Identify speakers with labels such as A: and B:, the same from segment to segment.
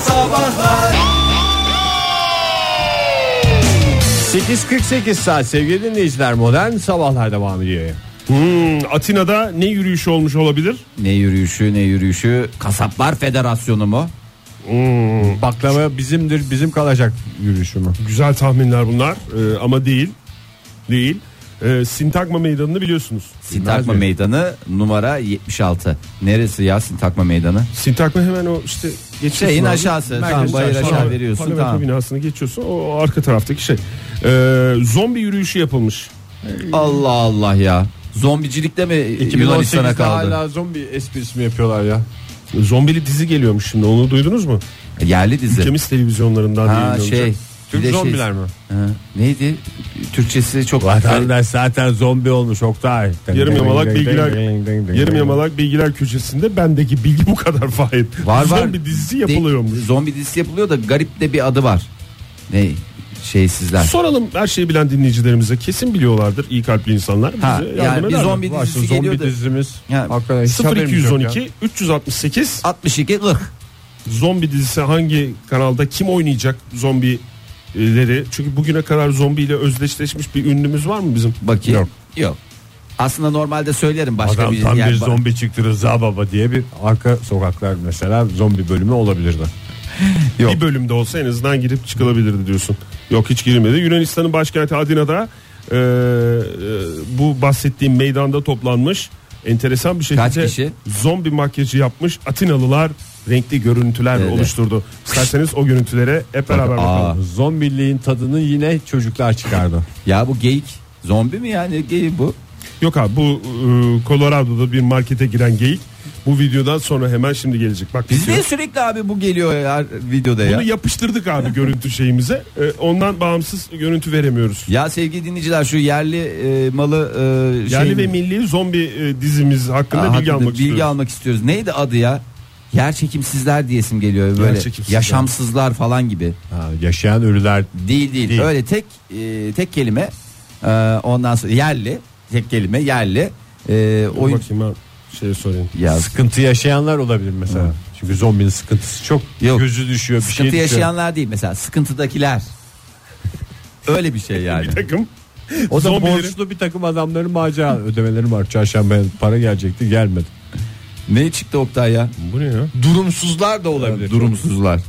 A: Sabahlar
B: 8.48 saat sevgili dinleyiciler modern sabahlar devam ediyor.
C: Hmm, Atina'da ne yürüyüş olmuş olabilir?
D: Ne yürüyüşü ne yürüyüşü Kasaplar Federasyonu mu?
B: Baklava bizimdir bizim kalacak yürüyüşü mü?
C: Güzel tahminler bunlar Ee, ama değil. Değil. Ee, Sintagma meydanını biliyorsunuz.
D: Sintakma
B: mi?
D: Meydanı numara 76. Neresi ya Sintakma Meydanı?
C: Sintagma hemen o işte geçiyorsun.
D: Şeyin
C: abi.
D: aşağısı.
C: Merkez
D: Tam bayır
C: çarşı.
D: aşağı
C: Parlamento
D: veriyorsun,
C: Parlamento
D: tamam.
C: binasını geçiyorsun. O, o arka taraftaki şey. Ee, zombi yürüyüşü yapılmış.
D: Allah Allah ya. Zombicilikte mi Yunanistan'a
B: 2018'de
D: kaldı?
B: hala zombi esprisi mi yapıyorlar ya?
C: Zombili dizi geliyormuş şimdi. Onu duydunuz mu?
D: E, Yerli dizi.
C: Temiz televizyonlarından
D: Ha
C: yayınlanacak.
D: şey.
B: Türk
D: bir de şey-
B: zombiler mi?
D: Ha, neydi? Türkçesi çok
B: zaten zombi olmuş Oktay.
C: Yarım yamalak bilgiler yarım yamalak bilgiler köşesinde bendeki bilgi bu kadar Fahir.
D: Var var.
C: Zombi dizisi yapılıyormuş.
D: De- zombi dizisi yapılıyor da garip de bir adı var. Ne? Şey, Şeysizler.
C: Soralım her şeyi bilen dinleyicilerimize kesin biliyorlardır iyi kalpli insanlar. Bize
D: Ha, yani
C: yardım
D: bir
C: ederler.
D: zombi
B: Varsa
D: dizisi
B: zombi
D: geliyor da.
B: dizimiz.
D: Ya,
B: Hakikaten hiç haberimiz yok
C: 0212 368
D: 62 40.
C: zombi dizisi hangi kanalda kim oynayacak zombileri? Çünkü bugüne kadar zombiyle özdeşleşmiş bir ünlümüz var mı bizim?
D: Bakayım.
C: Yok.
D: Yok. Aslında normalde söylerim
B: ya.
D: başka
B: Adam
D: bir
B: tam
D: yer-
B: bir zombi çıktı Rıza Baba diye bir arka sokaklar mesela zombi bölümü olabilirdi.
D: Yok.
C: Bir bölümde olsa en azından girip çıkılabilirdi diyorsun. Yok hiç girilmedi. Yunanistan'ın başkenti Atina'da e, e, bu bahsettiğim meydanda toplanmış enteresan bir şekilde
D: Kaç kişi?
C: zombi makyajı yapmış Atinalılar renkli görüntüler
D: Öyle.
C: oluşturdu. İsterseniz o görüntülere hep beraber bakalım.
D: Aa.
B: Zombiliğin tadını yine çocuklar çıkardı.
D: Ya bu geyik zombi mi yani geyik bu?
C: Yok abi bu e, Colorado'da bir markete giren geyik bu videodan sonra hemen şimdi gelecek. Bak
D: Biz
C: bitiyor.
D: niye sürekli abi bu geliyor ya videoda ya?
C: bunu yapıştırdık abi görüntü şeyimize. E, ondan bağımsız görüntü veremiyoruz.
D: Ya sevgili dinleyiciler şu yerli e, malı e, şey
C: Yerli
D: mi?
C: ve milli zombi e, dizimiz
D: Aa,
C: hakkında bilgi
D: hakikaten
C: almak
D: bilgi
C: istiyoruz.
D: almak istiyoruz. Neydi adı ya? Yer çekimsizler diyesim geliyor böyle.
C: Yerçekimsizler.
D: Yaşamsızlar falan gibi.
B: Ha, yaşayan ölüler
D: Değil değil.
B: Değil.
D: Öyle tek e, tek kelime. e, ondan sonra yerli tek kelime yerli. E, oyun
C: Bakayım ha, şeye sorayım.
D: ya
B: sıkıntı yaşayanlar olabilir mesela. Çünkü zombinin sıkıntısı çok
D: Yok.
B: gözü düşüyor bir
D: sıkıntı
B: şey düşüyor.
D: yaşayanlar değil mesela sıkıntıdakiler. Öyle bir şey yani.
C: Bir takım
B: O da
C: zombilerin-
B: borçlu bir takım adamların macera ödemeleri var. Çarşambaya para gelecekti gelmedi.
D: ne çıktı Oktay ya?
C: Bu ne ya?
B: Durumsuzlar da olabilir.
D: Durumsuzlar.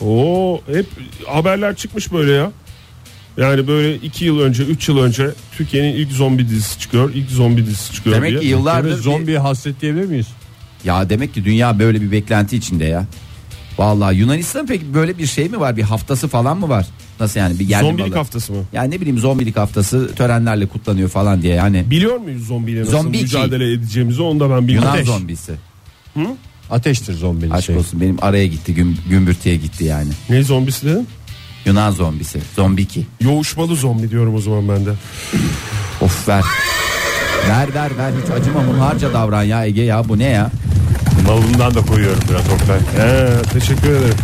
C: Oo hep haberler çıkmış böyle ya. Yani böyle 2 yıl önce 3 yıl önce Türkiye'nin ilk zombi dizisi çıkıyor. ilk zombi dizisi çıkıyor
D: Demek
C: diye.
D: ki yıllardır
B: Biz
D: bir-
B: zombi hasret diyebilir miyiz?
D: Ya demek ki dünya böyle bir beklenti içinde ya. Vallahi Yunanistan peki böyle bir şey mi var? Bir haftası falan mı var? Nasıl yani bir yerli
C: Zombilik
D: malı?
C: haftası mı?
D: Yani ne bileyim zombilik haftası törenlerle kutlanıyor falan diye Hani yani.
C: Biliyor muyuz zombiyle nasıl
D: Zombici.
C: mücadele edeceğimizi onu da ben bilmiyorum.
D: Yunan
C: Ateş.
D: zombisi.
B: Ateştir zombinin
D: Aşk
B: şey.
D: olsun benim araya gitti güm, gümbürtüye gitti yani.
C: Ne zombisi dedin?
D: Yunan zombisi. Zombiki.
C: Yoğuşmalı zombi diyorum o zaman ben de.
D: Of ver. ver ver ver hiç acıma hunharca davran ya Ege ya bu ne ya?
C: Malından da koyuyorum biraz Oktay. Ee, teşekkür ederim.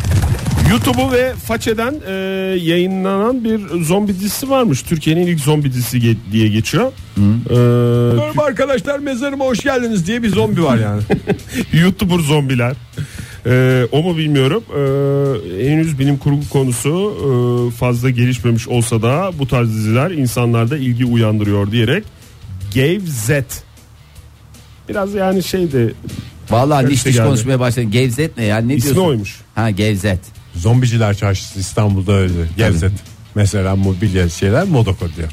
C: YouTube'u ve Façe'den e, yayınlanan bir zombi dizisi varmış. Türkiye'nin ilk zombi dizisi ge- diye geçiyor. Ee,
B: Merhaba arkadaşlar mezarıma hoş geldiniz diye bir zombi var yani.
C: E, YouTuber zombiler. Ee, o mu bilmiyorum. Ee, henüz bilim kurgu konusu e, fazla gelişmemiş olsa da bu tarz diziler insanlarda ilgi uyandırıyor diyerek Gave Z. Biraz yani şey şeydi
D: Vallahi
C: Karıştı
D: diş diş
C: geldi.
D: konuşmaya başladın. Gevzet ne ya ne
C: ismi
D: diyorsun?
C: oymuş.
D: Ha gevzet.
B: Zombiciler çarşısı İstanbul'da öyle. Gevzet. Mesela mobilya şeyler Modoko diyor.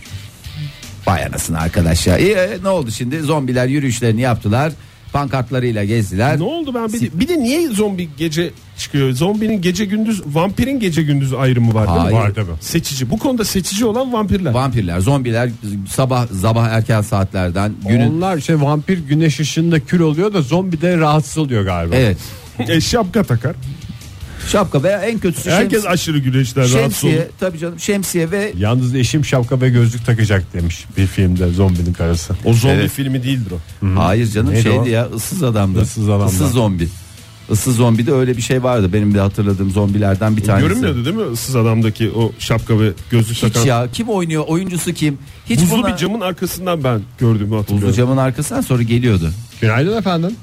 D: Vay anasını arkadaş ya. İyi, e, ne oldu şimdi? Zombiler yürüyüşlerini yaptılar. Pankartlarıyla gezdiler.
C: Ne oldu ben bir, bir de niye zombi gece çıkıyor? Zombinin gece gündüz, vampirin gece gündüz ayrımı var değil mi?
D: Hayır.
C: Var tabii. Seçici. Bu konuda seçici olan vampirler.
D: Vampirler, zombiler sabah sabah erken saatlerden günün
B: Onlar şey vampir güneş ışığında kül oluyor da zombi de rahatsız oluyor galiba.
D: Evet.
C: e, şapka takar.
D: Şapka veya en kötüsü
C: Herkes
D: şems-
C: aşırı güneşten rahatsız olur.
D: şemsiye. Tabii canım şemsiye ve
B: Yalnız eşim şapka ve gözlük takacak demiş bir filmde zombinin karısı.
C: O zombi
D: Evet.
C: filmi değildir o.
D: hayır canım
B: Neydi
D: şeydi
B: o?
D: ya ıssız adamdı.
B: Issız adamlar.
D: Issız zombi. Issız zombide öyle bir şey vardı. Benim de hatırladığım zombilerden bir tanesi.
C: Görünmüyordu değil mi ıssız adamdaki o şapka ve gözlük
D: Hiç
C: takan?
D: ya kim oynuyor? Oyuncusu kim? Hiç
C: Buzlu
D: buna-
C: bir camın arkasından ben gördüğümü hatırlıyorum.
D: Buzlu camın arkasından sonra geliyordu.
B: Günaydın efendim.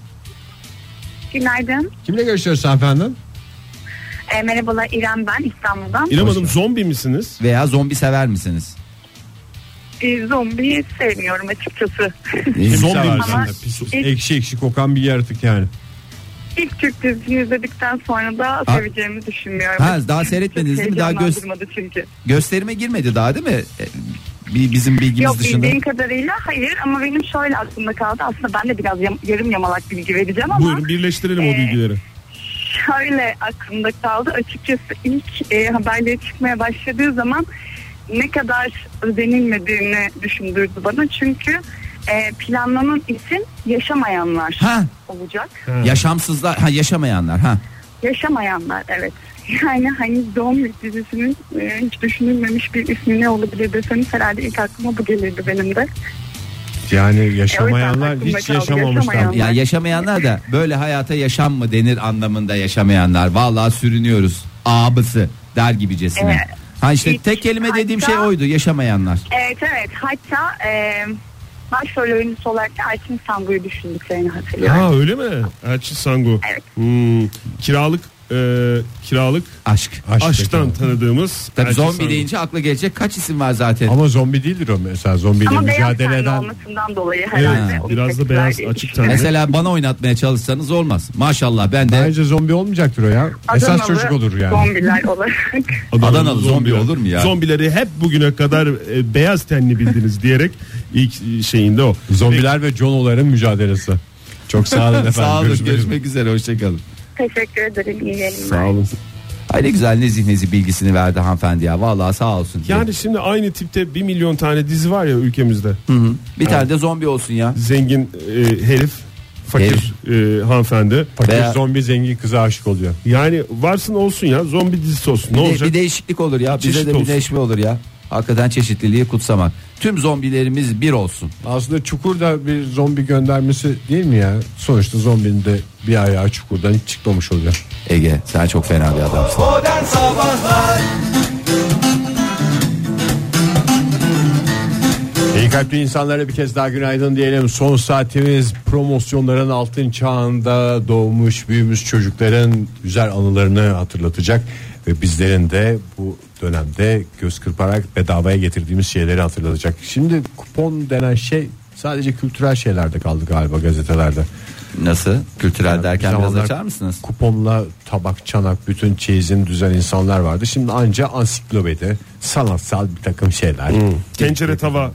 E: Günaydın.
B: Kimle görüşüyoruz efendim?
F: E, merhabalar İrem ben İstanbul'dan.
C: İrem Hanım zombi misiniz?
D: Veya zombi sever misiniz?
F: E, zombiyi sevmiyorum açıkçası.
B: Zombi
D: sever.
B: mi sen de? Pis- ekşi ekşi kokan bir yaratık yani.
F: İlk Türk dizisini izledikten sonra da seveceğimi düşünmüyorum.
D: Ha, daha seyretmediniz
F: Çok
D: değil mi? Daha göz-
F: heyecanlandırmadı çünkü.
D: Gösterime girmedi daha değil mi? E, bi- Bizim bilgimiz
F: Yok
D: dışında.
F: bildiğim kadarıyla hayır ama benim şöyle aklımda kaldı. Aslında ben de biraz yam- yarım yamalak bilgi vereceğim ama
C: Buyurun birleştirelim o
F: Ee,
C: bilgileri.
F: şöyle aklımda kaldı. Açıkçası ilk e, haberleri çıkmaya başladığı zaman ne kadar özenilmediğini düşündürdü bana. Çünkü e, planlanan isim yaşamayanlar
D: Ha
F: olacak.
D: yaşamsızlar ha yaşamayanlar ha.
F: Yaşamayanlar evet. Yani hani Zombi dizisinin e, hiç düşünülmemiş bir ismi ne olabilir deseniz herhalde ilk aklıma bu gelirdi benim de.
B: Yani yaşamayanlar
F: aklımda
B: hiç
F: kaldı,
B: yaşamamışlar.
F: yaşamayan.
D: Ya yaşamayanlar da böyle hayata yaşam mı denir anlamında yaşamayanlar. Vallahi sürünüyoruz abısı der gibicesine.
F: Evet.
D: Ha işte
F: Hiç-
D: tek kelime dediğim
F: hatta-
D: şey oydu yaşamayanlar.
F: Evet evet hatta e, başrol oyuncusu olarak da Aysin Sangu'yu düşündüklerini hatırlıyorum.
C: Ha öyle mi? Elçin Sangu.
F: Evet.
C: Hmm, kiralık e, kiralık
D: Aşk.
B: Aşk
C: aşktan
B: tekrar.
C: tanıdığımız
D: Tabii
C: Elçin
D: zombi
C: Sangu.
D: deyince akla gelecek kaç isim var zaten.
B: Ama zombi değildir o mesela zombiyle
F: Ama beyaz
B: mücadele
F: tenli
B: eden.
F: olmasından dolayı herhalde.
C: Evet,
F: onu
C: biraz da
F: seçtiler
C: beyaz
F: diye
C: açık
F: düşünüyorum.
C: tenli.
D: Mesela bana oynatmaya çalışsanız olmaz. Maşallah ben de
B: Bence zombi olmayacaktır o ya. Esas
F: Adanalı
B: çocuk olur yani.
F: Zombiler olarak.
D: Adanalı zombi olur mu ya?
C: Zombileri hep bugüne kadar e, beyaz tenli bildiniz diyerek ilk e, şeyinde o.
B: Zombiler ve Jono'ların mücadelesi. Çok sağ olun efendim.
D: sağ olun
B: Görüşmek üzere.
D: görüşmek üzere hoşçakalın.
F: Teşekkür ederim. iyi yayınlar.
D: Sağ olun. Ay ne güzel nezih nezih bilgisini verdi hanımefendi ya. Vallahi sağ olsun.
C: Yani şimdi aynı tipte bir milyon tane dizi var ya ülkemizde.
D: bir tane de zombi olsun ya.
C: Zengin e, herif, fakir e, hanımefendi.
B: Fakir
D: Veya-
B: zombi zengin kıza aşık oluyor.
C: Yani varsın olsun ya zombi dizisi olsun. Ne
D: Bir de-
C: olacak?
D: Bir değişiklik olur ya. Bize
C: Çeşit
D: de bir
C: olsun.
D: değişme olur ya. Hakikaten çeşitliliği kutsamak. Tüm zombilerimiz bir olsun.
B: Aslında çukur da bir zombi göndermesi değil mi ya? Sonuçta zombinin de bir ayağı çukurdan hiç çıkmamış oluyor.
D: Ege sen çok fena bir adamsın.
G: Modern Sabahlar
B: İyi kalpli insanlara bir kez daha günaydın diyelim. Son saatimiz promosyonların altın çağında doğmuş büyümüş çocukların güzel anılarını hatırlatacak. Ve bizlerin de bu dönemde göz kırparak bedavaya getirdiğimiz şeyleri hatırlatacak. Şimdi kupon denen şey sadece kültürel şeylerde kaldı galiba gazetelerde.
D: Nasıl? Kültürel derken
B: Bir
D: biraz
B: zamanlar
D: açar mısınız?
B: Kuponla tabak çanak bütün çeyizini düzen insanlar vardı. Şimdi anca ansiklopedi sanatsal bir takım şeyler.
C: Hmm. Tencere tava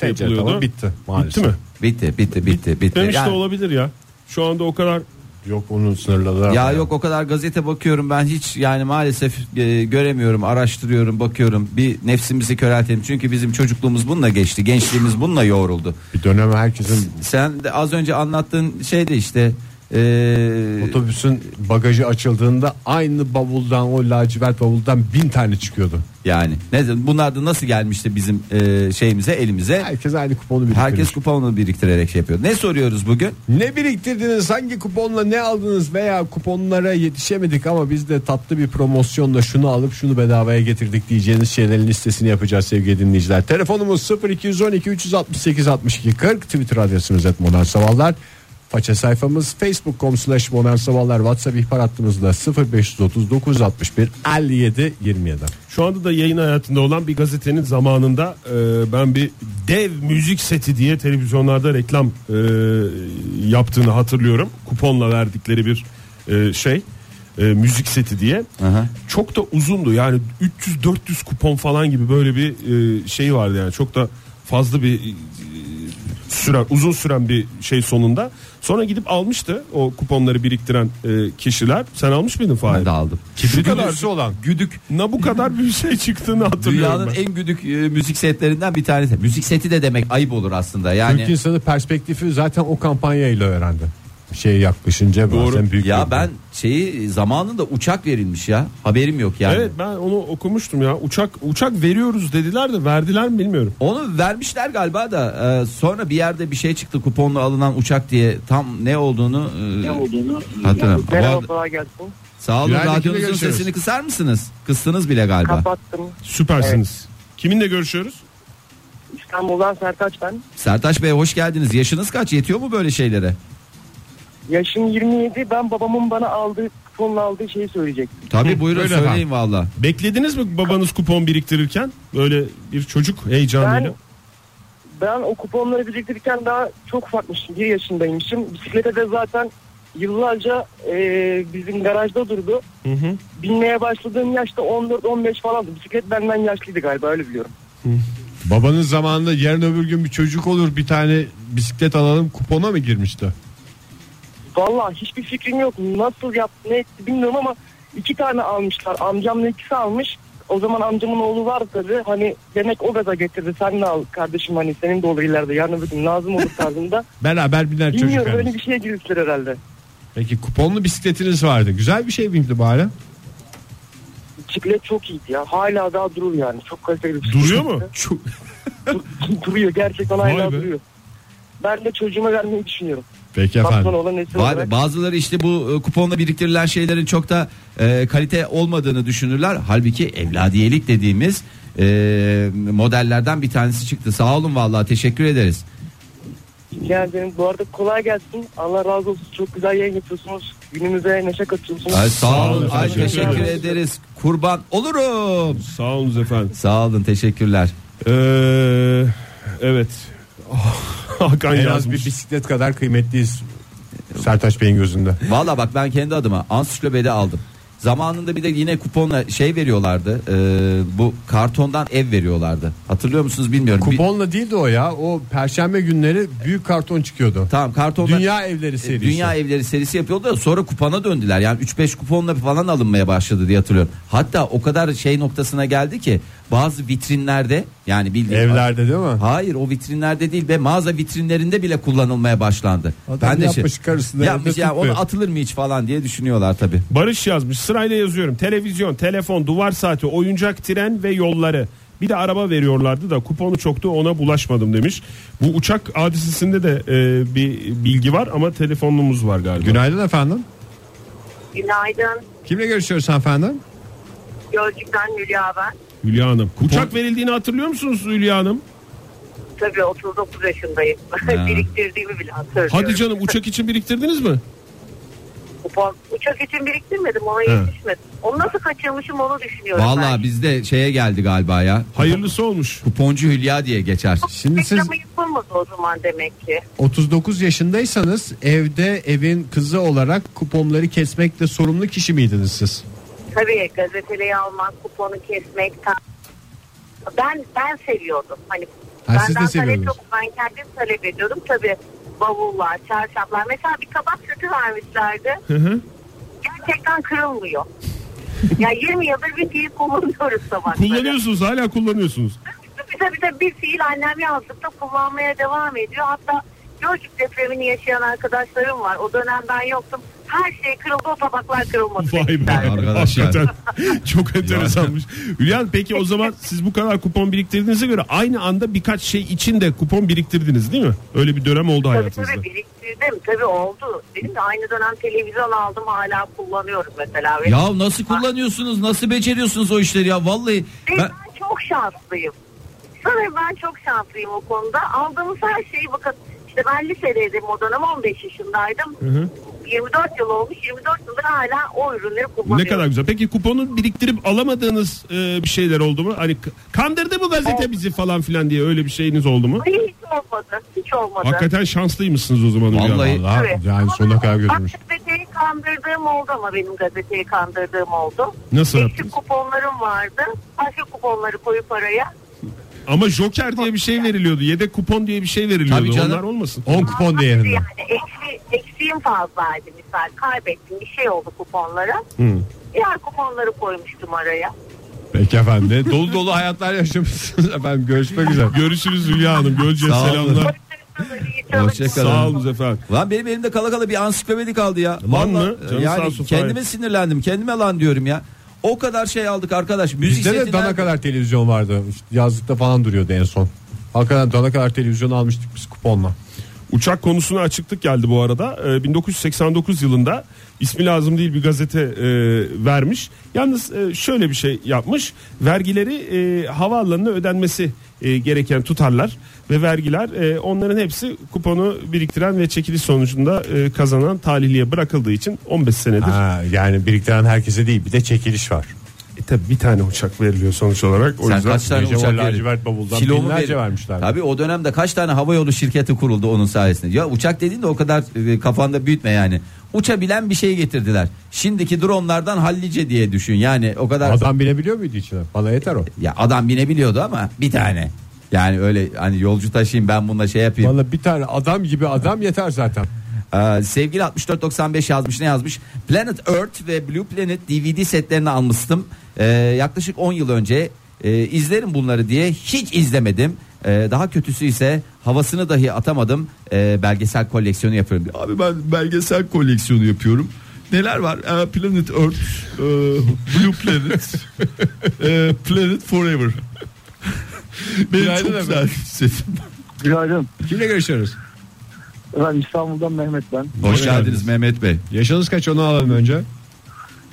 C: şey
B: Tencere
C: yapılıyordu.
B: tava bitti maalesef.
C: Bitti mi?
D: Bitti bitti bitti bitti.
C: Demiş de
D: Yani-
C: olabilir ya. Şu anda o kadar
B: Yok onun sınırladılar.
D: ya yok o kadar gazete bakıyorum ben hiç yani maalesef e, göremiyorum araştırıyorum bakıyorum bir nefsimizi köreltelim çünkü bizim çocukluğumuz bununla geçti gençliğimiz bununla yoğruldu
B: Bir dönem herkesin
D: sen de az önce anlattığın şey de işte e,
B: otobüsün bagajı açıldığında aynı bavuldan o lacivert bavuldan bin tane çıkıyordu.
D: yani ne bunlar da nasıl gelmişti bizim e, şeyimize elimize
B: Herkes aynı kuponu biriktirmiş.
D: Herkes kuponunu biriktirerek şey yapıyor. Ne soruyoruz bugün?
B: Ne biriktirdiniz hangi kuponla ne aldınız veya kuponlara yetişemedik ama biz de tatlı bir promosyonla şunu alıp şunu bedavaya getirdik diyeceğiniz şeylerin listesini yapacağız sevgili dinleyiciler. Telefonumuz 0212 368 62 40 Twitter adresimiz et Sabahlar. Faça sayfamız facebook.com slash Sabahlar WhatsApp ihbar hattımızda 0539 61 57 27.
C: Şu anda da yayın hayatında olan bir gazetenin zamanında e, ben bir dev müzik seti diye televizyonlarda reklam e, yaptığını hatırlıyorum. Kuponla verdikleri bir e, şey e, müzik seti diye.
D: Aha.
C: Çok da uzundu yani 300-400 kupon falan gibi böyle bir e, şey vardı yani çok da fazla bir e, süren uzun süren bir şey sonunda. Sonra gidip almıştı o kuponları biriktiren e, kişiler. Sen almış mıydın Fahir?
D: Ben de aldım.
C: Kibrit
D: Güdük-
C: alerjisi olan.
D: Güdük.
C: Ne bu kadar bir şey çıktığını hatırlıyorum
D: Dünyanın
C: ben.
D: en güdük e, müzik setlerinden bir tanesi. Müzik seti de demek ayıp olur aslında. Yani
B: Türk insanı perspektifi zaten o kampanyayla öğrendi. Şeye yaklaşınca
C: Doğru.
B: bazen büyük
D: ya
B: bir-
D: ben şeyi zamanında uçak verilmiş ya. Haberim yok yani.
C: Evet ben onu okumuştum ya. Uçak uçak veriyoruz dediler de verdiler mi bilmiyorum.
D: Onu vermişler galiba da e, sonra bir yerde bir şey çıktı kuponla alınan uçak diye tam ne olduğunu e, ne olduğunu hatırlamıyorum. Ama-
E: Merhaba gelsin.
D: Sağ olun
B: Günaydın,
D: radyonuzun
B: kimle görüşüyoruz?
D: sesini kısar mısınız? Kıstınız bile galiba.
E: Kapattım.
C: Süpersiniz. Kiminle görüşüyoruz?
E: İstanbul'dan Sertaç ben.
D: Sertaç Bey hoş geldiniz. Yaşınız kaç? Yetiyor mu böyle şeylere?
E: Yaşım 27. Ben babamın bana aldığı kuponla aldığı şeyi söyleyecektim.
D: Tabii buyurun
C: Öyle
D: söyleyin valla.
C: Beklediniz mi babanız kupon biriktirirken? Böyle bir çocuk heyecanıyla.
E: Ben ben o kuponları biriktirirken daha çok ufakmıştım. 1 yaşındaymışım. Bisiklete de zaten yıllarca e, bizim garajda durdu.
C: Hı hı.
E: Binmeye başladığım yaşta 14-15 falandı. Bisiklet benden yaşlıydı galiba öyle biliyorum.
B: Babanın zamanında yarın öbür gün bir çocuk olur bir tane bisiklet alalım kupona mı girmişti?
E: Vallahi hiçbir fikrim yok. Nasıl yaptı ne etti bilmiyorum ama iki tane almışlar. Amcamla ikisi almış. O zaman amcamın oğlu var tabii. Hani demek o gaza getirdi. Sen de al kardeşim hani senin de olur ileride. Yarın öbür gün lazım olur tarzında.
B: Beraber biner çocuk.
E: Bilmiyorum
B: yani.
E: öyle bir şeye girmişler herhalde.
B: Peki kuponlu bisikletiniz vardı. Güzel bir şey miydi bari?
E: Bisiklet çok iyiydi ya. Hala daha durur yani. Çok kaliteli bir bisiklet.
C: Duruyor mu?
E: duruyor. Gerçekten
C: Vay
E: hala
C: be.
E: duruyor. Ben de çocuğuma vermeyi düşünüyorum.
B: Peki
E: Bakman
B: efendim.
E: olan nesil
D: Ba-
E: olarak.
D: Bazıları işte bu e, kuponla biriktirilen şeylerin çok da e, kalite olmadığını düşünürler. Halbuki evladiyelik dediğimiz e, modellerden bir tanesi çıktı. Sağ olun vallahi teşekkür ederiz.
E: Yani benim bu arada kolay gelsin. Allah razı olsun. Çok güzel yayın yapıyorsunuz. Günümüze neşe katıyorsunuz.
D: Ay, sağ olun. Ay,
C: efendim,
D: teşekkür,
C: teşekkür
E: ederiz.
D: ederiz. Kurban olurum.
C: Sağ olunuz efendim.
D: Sağ olun teşekkürler.
C: Ee, evet. Hakan
B: En az
C: yazmış.
B: bir bisiklet kadar kıymetliyiz Sertaç Bey'in gözünde.
D: Valla bak ben kendi adıma ansiklopedi aldım. Zamanında bir de yine kuponla şey veriyorlardı. e, bu kartondan ev veriyorlardı. Hatırlıyor musunuz bilmiyorum. Bir-
B: Kuponla değildi o ya. O perşembe günleri büyük karton çıkıyordu.
D: tamam kartondan
B: Dünya evleri serisi.
E: E,
D: Dünya evleri serisi yapıyordu da sonra kupana döndüler. Yani 3-5 kuponla falan alınmaya başladı diye hatırlıyorum. Hatta o kadar şey noktasına geldi ki bazı vitrinlerde yani bildiğin
B: Evlerde değil mi?
D: Hayır o vitrinlerde değil ve mağaza vitrinlerinde bile kullanılmaya başlandı.
B: Adam
D: şey-
B: yapmış karısını
D: yapmış
B: evde
D: ya
B: tutmuyor.
D: onu atılır mı hiç falan diye düşünüyorlar tabi.
C: Barış yazmış. Sırayla yazıyorum. Televizyon, telefon, duvar saati, oyuncak tren ve yolları. Bir de araba veriyorlardı da kuponu çoktu ona bulaşmadım demiş. Bu uçak hadisesinde de e, bir bilgi var ama telefonumuz var galiba.
B: Günaydın efendim.
A: Günaydın.
B: Kimle görüşüyoruz efendim?
A: Gölcük'ten Hülya ben.
C: Hülya Hanım. Uçak verildiğini hatırlıyor musunuz Hülya Hanım?
A: Tabii 39 yaşındayım.
D: Ha.
A: Biriktirdiğimi bile hatırlıyorum.
C: Hadi canım uçak için biriktirdiniz mi?
A: Kupon. Uçak için biriktirmedim ona yetişmedim. Onu nasıl kaçırmışım onu düşünüyorum.
D: Valla bizde şeye geldi galiba ya.
C: Hayırlısı olmuş.
D: Kuponcu Hülya diye geçer.
B: Şimdi siz
A: Reklama yapılmadı o zaman demek ki.
B: 39 yaşındaysanız evde evin kızı olarak kuponları kesmekle sorumlu kişi miydiniz siz?
A: Tabii gazeteleri almak, kuponu kesmek. ta- Ben ben seviyordum. Hani
B: Ha, siz de
A: benden talep
B: seviyordunuz.
A: yok. Ben kendim talep ediyordum. Tabii bavullar, çarşaflar. Mesela bir kabak sütü vermişlerdi. Gerçekten kırılmıyor. ya 20 yıldır bir fiil kullanıyoruz sabah.
C: Kullanıyorsunuz hala kullanıyorsunuz.
A: Bir de bir de bir fiil annem yazlıkta kullanmaya devam ediyor. Hatta Gölcük depremini yaşayan arkadaşlarım var. O dönem ben yoktum. Her şey kırıldı o tabaklar kırılmadı.
C: Vay be.
A: demişler.
D: Arkadaşlar.
C: Hakikaten çok enteresanmış. Hülya Hanım, peki o zaman siz bu kadar kupon biriktirdiğinize göre aynı anda birkaç şey için de kupon biriktirdiniz değil mi? Öyle bir dönem oldu
A: Tabii
C: hayatınızda.
A: tabii biriktirdim. Tabii oldu. Dedim de aynı dönem televizyon aldım hala kullanıyorum mesela. Ve
D: Ya nasıl kullanıyorsunuz nasıl beceriyorsunuz o işleri ya vallahi. Ben,
A: ben... ben çok şanslıyım. Sanırım ben çok şanslıyım o konuda. Aldığımız her şeyi bakın işte ben lisedeydim o dönem 15 yaşındaydım. 24 yıl olmuş 24 yıldır hala o ürünleri
C: Ne
A: kullanıyorum.
C: kadar güzel. Peki kuponu biriktirip alamadığınız e, bir şeyler oldu mu? Hani k- kandırdı mı gazete bizi falan filan diye öyle bir şeyiniz oldu mu?
A: Hayır, hiç olmadı. Hiç olmadı.
C: Hakikaten şanslıymışsınız o zaman Hülya
D: Vallahi-
C: Hanım.
B: Allah
A: Evet.
B: yani sonuna kadar görmüş.
A: Bak gazeteyi kandırdığım oldu ama benim gazeteyi kandırdığım oldu.
C: Nasıl
A: Eksik
C: yaptınız?
A: kuponlarım vardı. Başka kuponları koyup araya.
C: Ama joker diye bir şey veriliyordu. Yedek kupon diye bir şey veriliyordu.
D: Tabii canım.
C: Onlar olmasın.
B: 10 kupon değerinde.
A: Yani eksi, eksiğim fazlaydı misal. Kaybettim bir şey oldu kuponlara.
C: Hı.
A: Diğer kuponları koymuştum araya.
B: Peki efendim. Dolu dolu hayatlar yaşamışsınız efendim. Görüşmek üzere.
C: Görüşürüz Hülya Hanım. Göreceğiz
D: Sağ olun.
C: selamlar.
D: Hoşçakalın.
C: Sağ olun efendim.
D: lan benim elimde kala kala bir ansiklopedi kaldı ya.
C: Lan mı?
D: Vallahi, e,
C: Canı sağ
D: yani
C: olsun,
D: kendime
C: Fahir.
D: sinirlendim kendime lan diyorum ya. O kadar şey aldık arkadaş. Müzik
B: Bizde de
D: setinden-
B: dana kadar televizyon vardı. İşte yazlıkta falan duruyordu en son. Hakikaten dana kadar televizyon almıştık biz kuponla.
C: Uçak konusuna açıklık geldi bu arada. Ee, 1989 yılında ismi lazım değil bir gazete e, vermiş. Yalnız e, şöyle bir şey yapmış. Vergileri e, havaalanına ödenmesi e, gereken tutarlar ve vergiler e, onların hepsi kuponu biriktiren ve çekiliş sonucunda e, kazanan talihliye bırakıldığı için 15 senedir
B: Ha, yani biriktiren herkese değil bir de çekiliş var.
C: E, tabii bir tane uçak veriliyor sonuç olarak. O
D: Sen
C: yüzden
D: kaç tane
B: Recep
D: uçak
B: Ali
D: verir?
B: Lacivert bavuldan
D: Kilo mu
B: binlerce
D: verir?
B: vermişler.
D: Tabii o dönemde kaç tane havayolu şirketi kuruldu onun sayesinde. Ya uçak dediğin de o kadar e, kafanda büyütme yani. Uçabilen bir şey getirdiler. Şimdiki dronlardan hallice diye düşün. Yani o kadar
B: Adam binebiliyor muydu içine? Bana yeter o.
D: ya adam binebiliyordu ama bir tane. Yani öyle hani yolcu taşıyayım ben bununla şey yapayım.
B: Bana bir tane adam gibi adam yeter zaten.
D: Ee, sevgili 6495 yazmış ne yazmış? Planet Earth ve Blue Planet DVD setlerini almıştım. Ee, yaklaşık 10 yıl önce e, izlerim bunları diye hiç izlemedim. Ee, daha kötüsü ise havasını dahi atamadım. Ee, belgesel koleksiyonu yapıyorum.
H: Abi ben belgesel koleksiyonu yapıyorum. Neler var? Ee, Planet Earth, e, Blue Planet, e, Planet Forever. Benim
B: Günaydın
H: çok
B: efendim.
H: güzel bir sesim.
I: Günaydın.
B: Kimle görüşüyoruz?
I: Ben İstanbul'dan Mehmet ben.
D: Hoş geldiniz Mehmet Bey.
B: Yaşınız kaç onu alalım önce.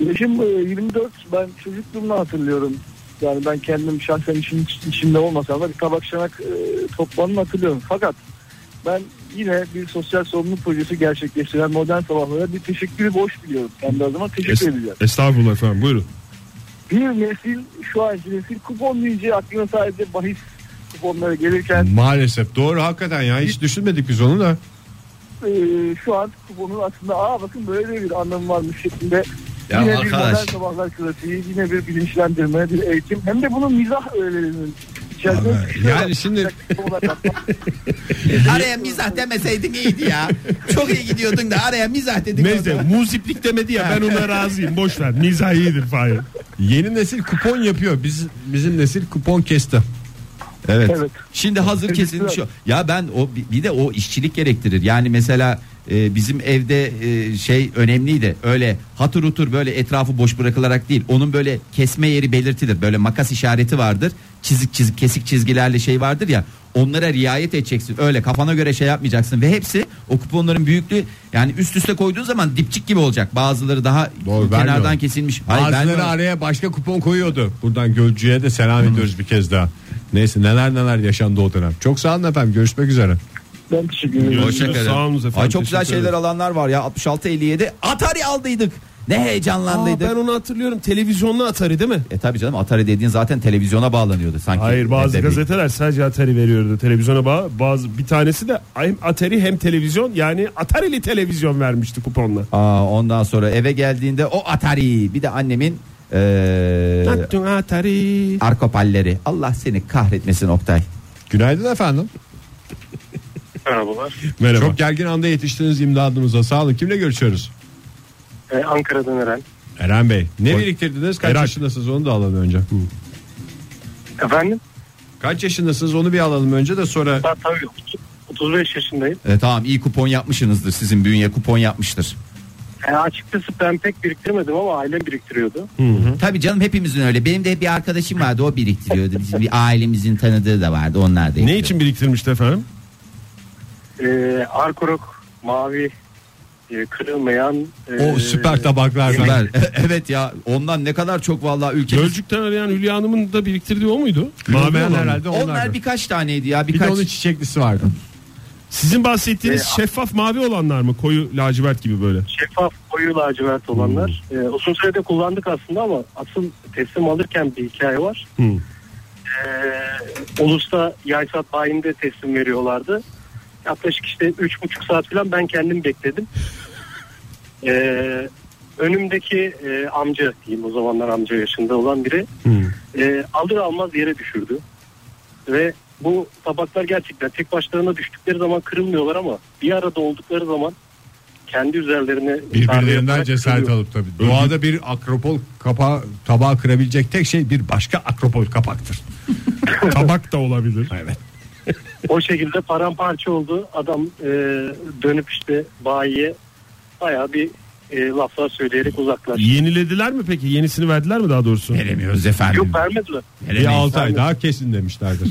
I: Yaşım e, 24. Ben çocukluğumdan hatırlıyorum. Yani ben kendim şahsen işin içinde olmasam da bir tabak şanak e, toplanını hatırlıyorum. Fakat ben yine bir sosyal sorumluluk projesi gerçekleştiren modern sabahlara bir teşekkürü borç biliyorum. Kendi adıma teşekkür ediyorum.
C: Estağfurullah efendim buyurun.
I: Bir nesil şu anki nesil kupon deyince aklına sadece bahis kuponları gelirken
B: Maalesef doğru hakikaten ya hiç düşünmedik biz onu da.
I: e, şu an kuponun aslında aa bakın böyle bir anlamı varmış şeklinde
D: Ya
I: yine bir
D: arkadaş.
I: modern sabahlar klasiği yine bir bilinçlendirme bir eğitim hem de bunun mizah öğelerinin içerisinde
B: Ama
I: sıkışarak
B: yani şimdi-
I: olarak
D: Araya mizah demeseydin iyiydi ya. Çok iyi gidiyordun da araya mizah dedik.
C: Neyse muziplik demedi ya ben ona razıyım boş ver mizah iyidir Fahir.
B: Yeni nesil kupon yapıyor. Biz bizim nesil kupon kesti.
D: Evet.
I: Evet.
D: Şimdi hazır kesilmiş o. Ya ben o bi- bir de o işçilik gerektirir. Yani mesela e, bizim evde e, şey önemliydi. Öyle hatır hutur böyle etrafı boş bırakılarak değil. Onun böyle kesme yeri belirtilir. Böyle makas işareti vardır. Çizik çizik kesik çizgilerle şey vardır ya. Onlara riayet edeceksin. Öyle kafana göre şey yapmayacaksın ve hepsi o kuponların büyüklüğü yani üst üste koyduğun zaman dipçik gibi olacak. Bazıları daha
B: Doğru, vermiyorum.
D: kenardan kesilmiş. Hayır,
B: Bazıları
D: vermiyorum.
B: araya başka kupon koyuyordu. Buradan Gölcü'ye de selam ediyoruz bir kez daha. Neyse neler neler yaşandı o dönem. Çok sağ olun efendim görüşmek üzere.
I: ben teşekkür ederim.
D: Hoşça kalın.
C: Sağ olun efendim,
D: Ay çok güzel
C: teşekkür
D: şeyler
C: ederim.
D: alanlar var ya 66 57 Atari aldıydık. Ne heyecanlandıydık.
J: ben onu hatırlıyorum. Televizyonlu Atari değil mi?
D: E tabi canım Atari dediğin zaten televizyona bağlanıyordu sanki.
C: Hayır bazı
D: Evde bir-
C: gazeteler sadece Atari veriyordu televizyona bağlı. Bazı bir tanesi de hem Atari hem televizyon yani Atari'li televizyon vermişti kuponla.
D: Aa, ondan sonra eve geldiğinde o Atari bir de annemin eee
J: Attın Atari.
D: arkopalleri. Allah seni kahretmesin Oktay.
B: Günaydın efendim.
K: Merhabalar.
C: Merhaba.
B: Çok gergin anda yetiştiniz imdadımıza sağ olun. Kimle görüşüyoruz?
K: Ee, Ankara'dan Eren.
B: Eren Bey. Ne biriktirdiniz? Kaç
C: Eren.
B: yaşındasınız onu da alalım önce.
K: Efendim?
B: Kaç yaşındasınız onu bir alalım önce de sonra
K: Ben tabii 35 yaşındayım.
D: E, tamam iyi kupon yapmışsınızdır sizin bünye kupon yapmıştır.
K: Ee, açıkçası ben pek biriktirmedim ama ailem biriktiriyordu.
D: Tabi canım hepimizin öyle. Benim de hep bir arkadaşım vardı o biriktiriyordu. Bizim bir ailemizin tanıdığı da vardı onlar da.
C: Ne için biriktirmişti efendim?
K: Ee, Arkorok mavi e, kırılmayan e,
B: o süper tabaklardan.
D: Süper. evet ya ondan ne kadar çok vallahi ülkemiz
C: Gölcük'ten arayan Hülya Hanım'ın da biriktirdiği o muydu? Mavi
B: Mavi
C: olan mı?
B: herhalde
D: Onlar,
B: onlar. Bir,
D: birkaç taneydi ya
B: bir de
D: birkaç.
B: onun çiçeklisi vardı.
C: Sizin bahsettiğiniz şeffaf mavi olanlar mı? Koyu lacivert gibi böyle.
K: şeffaf koyu lacivert olanlar. Ee, uzun sürede kullandık aslında ama asıl teslim alırken bir hikaye var.
C: Hmm.
K: Ee, Ulus'ta Yaysat Bayim'de teslim veriyorlardı. Yaklaşık işte üç buçuk saat falan ben kendim bekledim. Ee, önümdeki e, amca diyeyim o zamanlar amca yaşında olan biri
B: Hmm.
K: e, alır almaz yere düşürdü. Ve bu tabaklar gerçekten tek başlarına düştükleri zaman kırılmıyorlar ama bir arada oldukları zaman kendi üzerlerine
B: Birbirlerinden cesaret alıp tabii. Doğada bir akropol kapağı tabağı kırabilecek tek şey bir başka akropol kapaktır.
C: Tabak da olabilir.
B: Evet.
K: O şekilde paramparça oldu. Adam e, dönüp işte bayiye bayağı bir e, laflar söyleyerek uzaklaştı.
C: Yenilediler mi peki? Yenisini verdiler mi daha doğrusu?
L: Hmm.
D: Veremiyoruz efendim.
K: Yok vermediler.
B: Bir 6 ay daha kesin demişlerdir.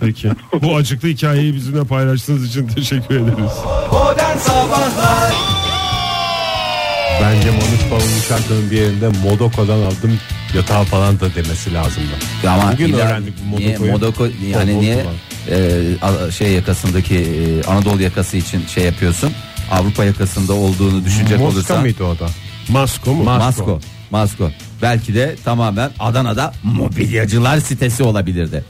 C: Peki. Bu acıklı hikayeyi bizimle paylaştığınız için teşekkür ederiz.
M: Modern Sabahlar
B: Bence Manus Pavlov'un şarkının bir yerinde Modoko'dan aldım yatağa falan da demesi lazımdı.
D: Ya ama
B: Bugün
D: illa-
B: öğrendik bu
D: niye
B: Modoko'yu.
D: Modoko yani
B: Modoko'yu
D: niye
B: falan.
D: e, a- şey yakasındaki e, Anadolu yakası için şey yapıyorsun. Avrupa yakasında olduğunu düşünecek
B: Moska
D: olursan.
B: mıydı o da?
C: Masko mu?
D: Masko. Masko. Belki de tamamen Adana'da mobilyacılar sitesi olabilirdi.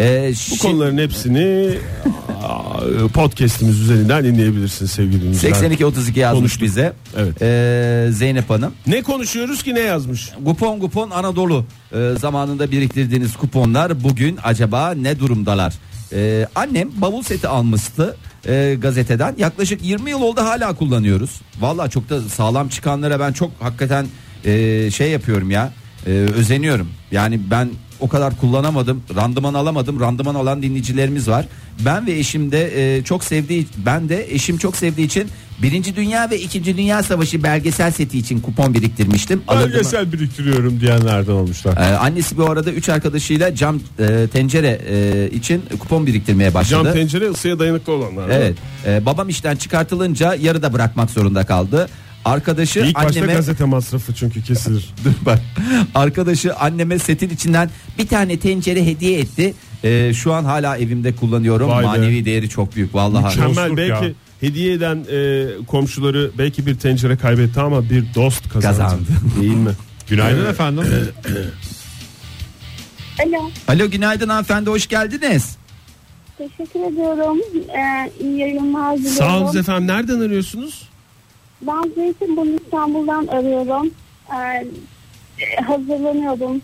D: E,
C: Bu
D: şi-
B: Şey-
C: konuların hepsini aa, podcast'imiz üzerinden dinleyebilirsiniz sevgili dinleyiciler.
D: 82-32 yazmış
C: Konuştuk.
D: bize.
C: Evet.
D: E, Zeynep Hanım.
C: Ne konuşuyoruz ki ne yazmış?
D: Kupon kupon Anadolu Ee, zamanında biriktirdiğiniz kuponlar bugün acaba ne durumdalar? Ee, annem bavul seti almıştı e, gazeteden yaklaşık 20 yıl oldu hala kullanıyoruz. Valla çok da sağlam çıkanlara ben çok hakikaten e, şey yapıyorum ya e, özeniyorum. Yani ben o kadar kullanamadım randıman alamadım randıman alan dinleyicilerimiz var. Ben ve eşim de e, çok sevdiği ben de eşim çok sevdiği için Birinci Dünya ve İkinci Dünya Savaşı belgesel seti için kupon biriktirmiştim. Alırdım-
B: Belgesel biriktiriyorum diyenlerden olmuşlar.
D: ee, annesi bu arada 3 arkadaşıyla cam e, tencere e, için kupon biriktirmeye
C: Cam
D: başladı.
C: tencere ısıya dayanıklı olanlar.
D: evet. E, babam işten çıkartılınca yarıda bırakmak zorunda kaldı. Arkadaşı
C: İlk başta
D: anneme
C: gazete masrafı çünkü kesilir.
D: Bak, arkadaşı anneme setin içinden bir tane tencere hediye etti. E, şu an hala evimde kullanıyorum.
C: Vay be.
D: Manevi değeri çok büyük vallahi.
C: Mükemmel
B: dostluk
C: belki
B: ya.
C: hediye eden e, komşuları belki bir tencere kaybetti ama bir dost kazandı.
D: Kazandı.
C: Değil mi?
B: Günaydın efendim.
N: Alo,
D: Alo günaydın hanımefendi hoş geldiniz.
N: teşekkür ediyorum. Ee, iyi yayınlar diliyorum.
L: Sağ olun efendim. Nereden arıyorsunuz?
N: Ben Zeytinburnu İstanbul'dan arıyorum. Ee, e, hazırlanıyordum.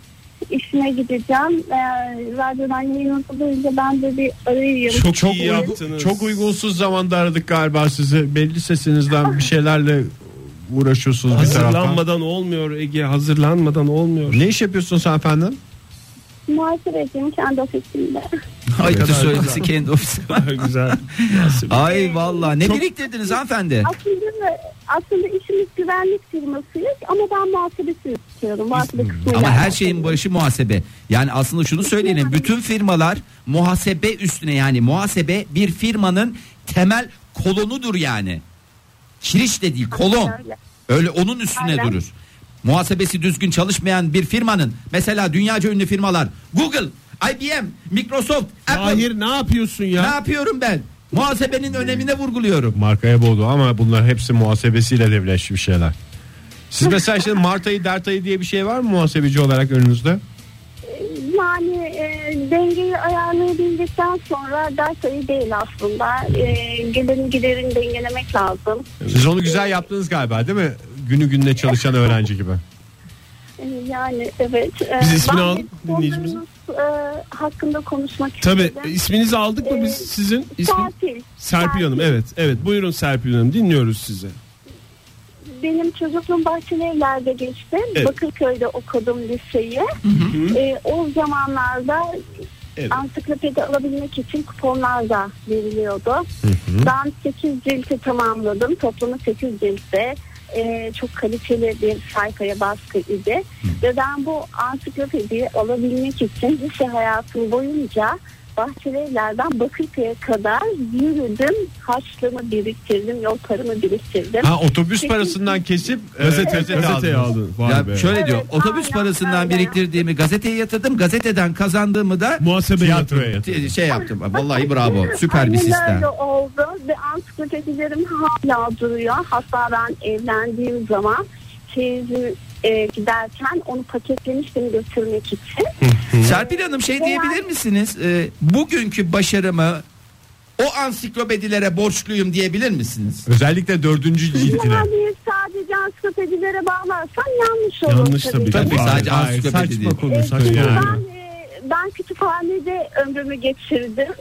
N: İşime gideceğim. Ee, radyodan yayınınızı duyunca ben de bir arayayım.
C: Çok, çok iyi
B: uygun-
C: yaptınız.
B: çok uygunsuz zamanda aradık galiba sizi. Belli sesinizden bir şeylerle uğraşıyorsunuz bir taraftan.
C: Hazırlanmadan olmuyor Ege hazırlanmadan olmuyor.
B: Ne iş yapıyorsunuz efendim?
N: Muhasebeciyim kendi ofisimde.
D: Ayıptır söylemesi kendi ofisi.
C: Güzel.
D: Ay vallahi ne biriktirdiniz hanımefendi?
N: Aslında, aslında işimiz güvenlik firmasıyız ama ben muhasebesi istiyorum. Muhasebe kısmıyla.
D: Hmm. Ama her şeyin başı muhasebe. Yani aslında şunu söyleyelim. Bütün firmalar muhasebe üstüne yani muhasebe bir firmanın temel kolonudur yani. Kiriş de değil kolon.
N: Öyle.
D: Öyle onun üstüne
N: Aynen.
D: durur. Muhasebesi düzgün çalışmayan bir firmanın mesela dünyaca ünlü firmalar Google, IBM, Microsoft, Apple
L: Hayır ne yapıyorsun
D: ne
L: ya?
D: yapıyorum ben? Muhasebenin önemine vurguluyorum.
B: Markaya boğdu ama bunlar hepsi muhasebesiyle devleşmiş şeyler. Siz mesela şimdi Mart ayı Dert ayı diye bir şey var mı muhasebeci olarak önünüzde?
N: Yani e, dengeyi ayarlayabildikten sonra ders ayı değil aslında. E, gelirin giderin dengelemek lazım.
B: Siz onu güzel yaptınız galiba değil mi? Günü gününe çalışan öğrenci gibi.
N: E, yani evet. E,
L: Biz ismini
N: ben de
L: alalım dinleyicimizin.
N: konularınız, e, hakkında konuşmak
L: Tabii e,
N: istedim.
L: isminizi aldık mı biz sizin? İsmi?
N: Serpil.
L: Serpil Hanım evet evet buyurun Serpil Hanım dinliyoruz sizi.
N: Benim çocukluğum Bahçeli Evler'de geçti.
L: Evet.
N: Bakırköy'de okudum liseyi. E, o zamanlarda
L: Evet.
N: ansiklopedi alabilmek için kuponlar da veriliyordu. Ben 8 cilti tamamladım. Toplamı 8 ciltte. E, çok kaliteli bir sayfaya baskı idi. Ve ben bu ansiklopediyi alabilmek için lise hayatım boyunca Bahçelievler'den Bakırköy'e kadar yürüdüm. Harçlığımı biriktirdim, yol paramı biriktirdim.
B: Ha otobüs parasından kesip gazete,
C: Gazeteyi
B: aldınız.
C: aldın. Vay
D: Ya
C: be.
D: şöyle
N: Evet,
D: diyor. Otobüs
N: aynen
D: parasından
N: öyle.
D: biriktirdiğimi gazeteye yatırdım. Gazeteden kazandığımı da
C: Muhasebe
B: Tiyatroya
C: yatırım.
D: t- şey yaptım. Vallahi bravo. Süper bir
N: Aynen
D: sistem.
N: öyle oldu ve ansiklopedilerim hala duruyor. Hatta ben evlendiğim zaman teyzemi e, giderken onu paketlemiştim götürmek için.
D: Serpil Hanım şey diyebilir misiniz? Ee, bugünkü başarımı o ansiklopedilere borçluyum diyebilir misiniz?
B: Özellikle dördüncü ciltine.
N: Yani sadece ansiklopedilere bağlarsan yanlış olur.
C: Yanlış tabii.
N: ki.
C: Tabii.
D: Sadece
B: Hayır,
D: ansiklopedi değil.
B: saçma konu saçma.
N: Çünkü
B: Yani.
N: ben, e, ben kütüphanede ömrümü geçirdim.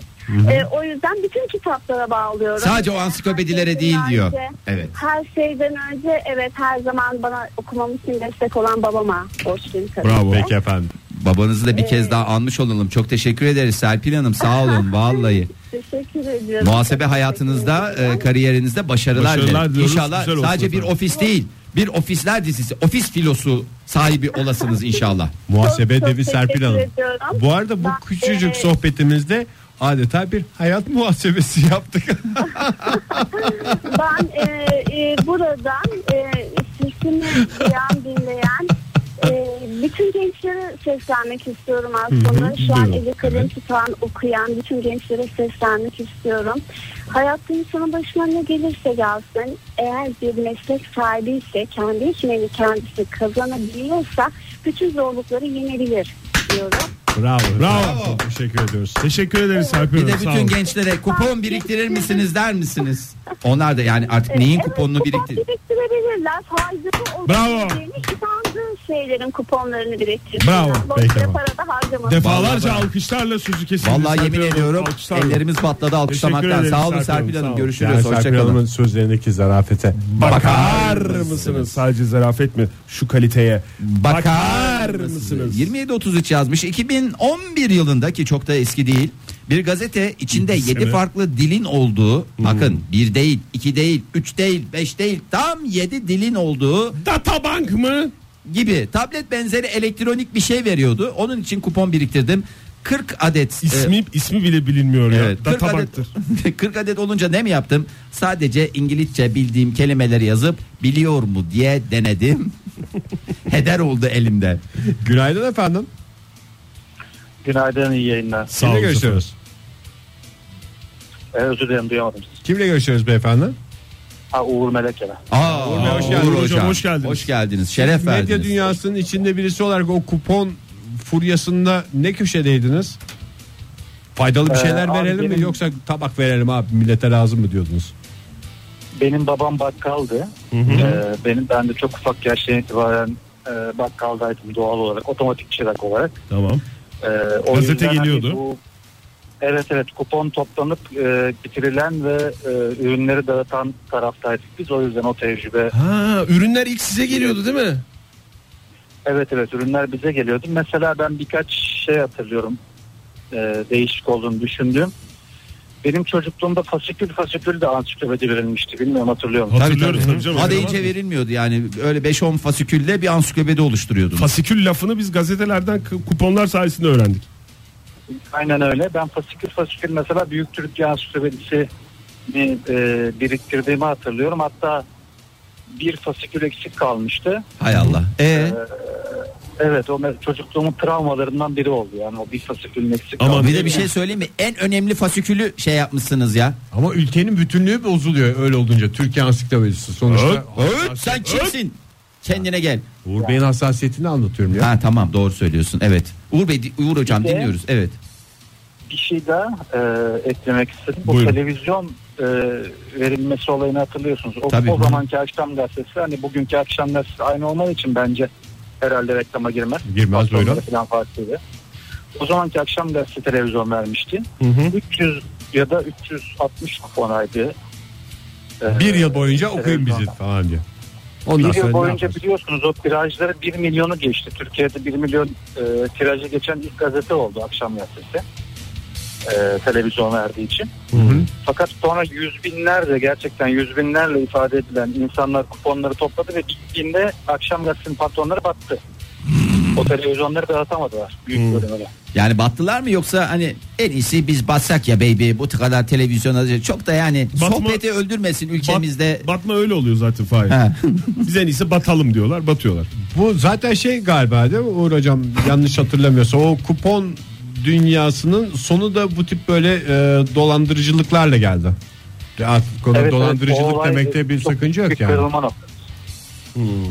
N: E, o yüzden bütün kitaplara bağlıyorum.
D: Sadece o ansiklopedilere değil diyor. Evet.
N: Her şeyden önce evet her zaman bana okumam için destek olan babama borçluyum tabii.
B: Bravo. Peki efendim.
D: Babanızı da bir kez daha anmış olalım. Çok teşekkür ederiz Serpil Hanım. Sağ olun vallahi.
N: Teşekkür ediyorum.
D: Muhasebe hayatınızda, e, kariyerinizde başarılar,
C: Başarılar
D: dilerim.
C: diliyoruz.
D: İnşallah
C: Güzel olsun
D: sadece bir
C: efendim.
D: ofis değil, bir ofisler dizisi, ofis filosu sahibi olasınız inşallah.
B: Muhasebe
N: Çok- çok
B: devi Serpil
N: teşekkür
B: Hanım.
N: ediyorum.
B: Bu arada bu
N: Ben,
B: küçücük
N: e,
B: sohbetimizde Adeta bir hayat muhasebesi yaptık.
N: Ben e, e, buradan e, sesimi duyan, dinleyen e, bütün gençlere seslenmek istiyorum aslında. Şu an eli kalem tutan, okuyan bütün gençlere seslenmek istiyorum. Hayatta insanın başına ne gelirse gelsin, eğer bir meslek sahibi ise, kendi işini kendisi kazanabiliyorsa bütün zorlukları yenebilir diyorum.
B: Bravo.
L: Bravo.
B: Çok Teşekkür ediyoruz.
L: Teşekkür ederiz Serpil
D: Bir de
L: Hanım. Sağ
D: bütün
L: olun.
D: gençlere kupon biriktirir misiniz der misiniz? Onlar da yani artık neyin kuponunu
N: kupon
D: biriktir?
N: biriktirebilirler. Faizleri
L: Bravo.
N: olabileceğini inandığın şeylerin kuponlarını biriktirirler.
L: Bravo.
N: Boşuna
B: Peki,
N: para da harcamasın.
L: Defalarca
D: Vallahi-
L: alkışlarla sözü kesildi.
D: Vallahi
L: Serpil
D: yemin
L: Hanım.
D: ediyorum
L: Alkışlarla.
D: ellerimiz patladı alkışlamaktan.
L: ederiz
D: Sağ olun
L: Serpil Hanım,
D: Serpil
L: sağ
D: Hanım.
L: olun.
B: Yani
D: Görüşürüz.
B: Serpil
D: Hoşçakalın.
B: Hanım'ın sözlerindeki zarafete.
L: Bakar
C: mısınız? Sadece zarafet mi? Şu kaliteye.
D: Bakar mısınız? 27.33 yazmış. 2011 yılında ki çok da eski değil. Bir gazete içinde 7 farklı dilin olduğu bakın bir değil, iki değil, üç değil, beş değil tam 7 dilin olduğu
L: Databank mı?
D: gibi tablet benzeri elektronik bir şey veriyordu. Onun için kupon biriktirdim. 40 adet e,
C: İsmi ismi bile bilinmiyor ya.
D: Evet, 40 adet,
C: Databank'tır.
D: 40 adet olunca ne mi yaptım? Sadece İngilizce bildiğim kelimeleri yazıp biliyor mu diye denedim. Heder oldu elimde.
B: Günaydın efendim.
G: Günaydın iyi yayınlar.
L: Sağ
B: Kimle
L: olun.
B: görüşüyoruz?
G: Ee, özür dilerim duyamadım. sizi.
B: Kimle görüşüyoruz beyefendi?
G: Ha Uğur Melekere.
D: Aa,
B: Uğur Bey, hoş geldiniz.
D: Uğur
L: Hocam, hoş geldiniz.
D: Hoş geldiniz. Şeref
B: Medya
D: verdiniz.
B: dünyasının içinde birisi olarak o kupon furyasında ne köşedeydiniz? Faydalı bir şeyler
G: Ee, abi
B: verelim mi
G: benim-
B: yoksa tabak verelim abi millete lazım mı diyordunuz?
G: Benim babam bakkaldı. Ee, benim ben de çok ufak yaştan itibaren e, bakkaldaydım doğal olarak otomatik çırak olarak.
L: Tamam.
G: Ee, o
L: Gazete
G: yüzden hani
L: geliyordu.
G: bu- evet evet kupon toplanıp e, bitirilen ve e, ürünleri dağıtan taraftaydık biz o yüzden o tecrübe.
L: Ha, ürünler ilk size geliyordu değil mi?
G: Evet evet ürünler bize geliyordu. Mesela ben birkaç şey hatırlıyorum e, değişik olduğunu düşündüğüm. Benim çocukluğumda fasikül fasikül de ansiklopedi verilmişti. Bilmiyorum hatırlıyor musun?
L: Hatırlıyoruz tabii canım.
D: Adı
L: Hatırlamaz
D: ince
L: mı?
D: verilmiyordu yani. Öyle 5-10 fasikülle bir ansiklopedi oluşturuyordunuz.
L: Fasikül lafını biz gazetelerden k- kuponlar sayesinde öğrendik.
G: Aynen öyle. Ben fasikül fasikül mesela Büyük Türk Ansiklopedisi e, biriktirdiğimi hatırlıyorum. Hatta bir fasikül eksik kalmıştı.
D: Hay Allah. E,
G: Evet o me- çocukluğumun travmalarından biri oldu. Yani o bir fasikülün eksik
L: Aman
G: kalması.
D: bir de bir şey söyleyeyim mi? En önemli fasikülü şey yapmışsınız ya.
B: Ama ülkenin bütünlüğü bozuluyor öyle olunca. Türkiye ansiklopedisi sonuçta.
D: Öt, sen kimsin? Kendine gel.
B: Uğur Bey'in hassasiyetini anlatıyorum ya.
D: Ha tamam doğru söylüyorsun. Evet. Uğur Bey Uğur hocam
G: Bir de-
D: dinliyoruz. Evet.
G: Bir şey daha e, eklemek istedim. Bu
L: Buyurun.
G: televizyon e, verilmesi olayını hatırlıyorsunuz. O,
D: Tabii.
G: o zamanki akşam gazetesi hani bugünkü akşam gazetesi aynı olmadığı için bence herhalde reklama girmez.
B: Girmez
G: Patronları
B: buyurun.
G: falan farklıydı. O zamanki akşam gazetesi televizyon vermişti. 300 ya da 360 kuponaydı. Ee,
B: Bir yıl boyunca okuyun bizi
G: televizyonda.
B: falan diyor. Ondan
G: Bir
B: sonra
G: yıl
B: ne
G: boyunca
B: yaparsın?
G: biliyorsunuz o tirajları 1 milyonu geçti. Türkiye'de 1 milyon e, tirajı geçen ilk gazete oldu akşam gazetesi. E, televizyon verdiği için. Fakat sonra yüz binlerce gerçekten yüz binlerle ifade edilen insanlar kuponları topladı ve gittiğinde akşam gazetesinin patronları battı. O televizyonları dağıtamadılar büyük bölümüne.
D: Yani battılar mı yoksa hani en iyisi biz batsak ya baby bu kadar televizyona çok da yani
L: Batma-
D: sohbeti öldürmesin ülkemizde.
L: Bat- batma öyle oluyor zaten Fahir.
D: Ha.
L: Biz en iyisi batalım diyorlar batıyorlar.
B: Bu zaten şey galiba değil mi Uğur hocam yanlış hatırlamıyorsa o kupon dünyasının sonu da bu tip böyle e, dolandırıcılıklarla geldi. Artık konu
G: Evet,
B: dolandırıcılık
G: evet, o olay
B: demekte bir
G: çok
B: sakınca yok
G: büyük
B: yani.
G: kırılma noktası.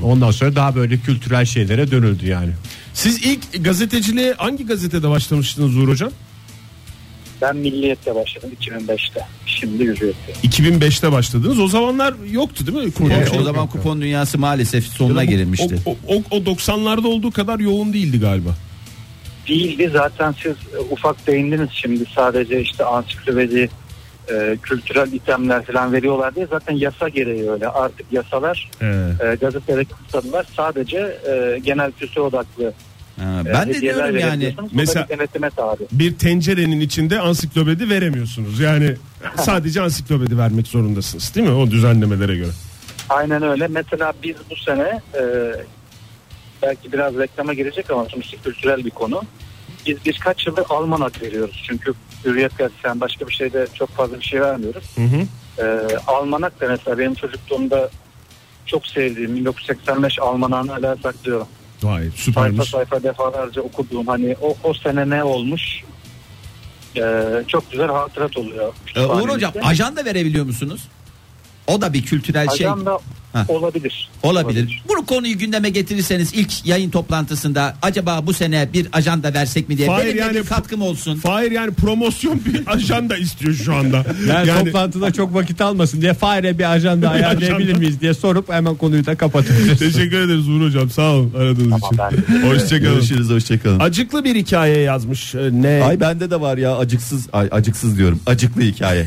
B: Ondan sonra daha böyle kültürel şeylere dönüldü yani.
L: Siz ilk gazeteciliğe hangi gazetede başlamıştınız Uğur hocam?
G: Ben milliyette başladım 2005'te. Şimdi yürüyorum.
L: 2005'te başladınız. O zamanlar yoktu değil mi? Kurban
D: Ee,
L: şey
D: o
L: yok.
D: zaman kupon dünyası maalesef sonuna girilmişti.
L: O, o, o 90'larda olduğu kadar yoğun değildi galiba.
G: değildi. Zaten siz e, ufak değindiniz şimdi sadece işte ansiklopedi e, kültürel itemler falan veriyorlar diye zaten yasa gereği öyle. Artık yasalar e, gazetelere kısıtladılar. Sadece e, genel kültür odaklı.
D: Ha,
G: e,
D: ben de
G: hediyeler
D: diyorum yani e,
G: verebiliyorsunuz. Bu da
L: mesela-
G: bir denetime tabi.
L: Bir tencerenin içinde ansiklopedi veremiyorsunuz. Yani sadece ansiklopedi vermek zorundasınız değil mi? O düzenlemelere göre.
G: Aynen öyle. Mesela biz bu sene e, belki biraz reklama girecek ama sonuçta kültürel bir konu. Biz birkaç yıldır almanak veriyoruz. Çünkü Hürriyet gazetesi yani başka bir şeyde çok fazla bir şey vermiyoruz. Ee, Almanak da mesela benim çocukluğumda çok sevdiğim 1985 Almanak'ını hala saklıyorum.
C: Vay
G: Sayfa
C: süpermiş.
G: sayfa defalarca okuduğum hani o, o sene ne olmuş Ee, çok güzel hatırat oluyor.
D: Ee, Uğur Hocam ajanda verebiliyor musunuz? O da bir kültürel şey
G: Ajanda
D: Ha.
G: olabilir.
D: olabilir. Bu konuyu gündeme getirirseniz ilk yayın toplantısında acaba bu sene bir ajanda versek mi diye
C: Hayır,
D: benim de
C: yani-
D: bir katkım olsun.
C: Fahir yani promosyon bir ajanda istiyor şu anda.
B: Yani,
C: Yani-
B: toplantıda çok vakit almasın diye fare bir ajanda ayarlayabilir
C: ajanda.
B: miyiz diye sorup hemen konuyu da kapatabiliriz.
C: Teşekkür ederiz Uğur hocam sağ olun aradığınız için. Hoşçakalın.
O: Görüşürüz hoşçakalın.
C: Acıklı bir hikaye yazmış.
L: e,
C: Ee, Ne?
O: Ay bende de var ya acıksız ay, acıksız diyorum. Acıklı hikaye.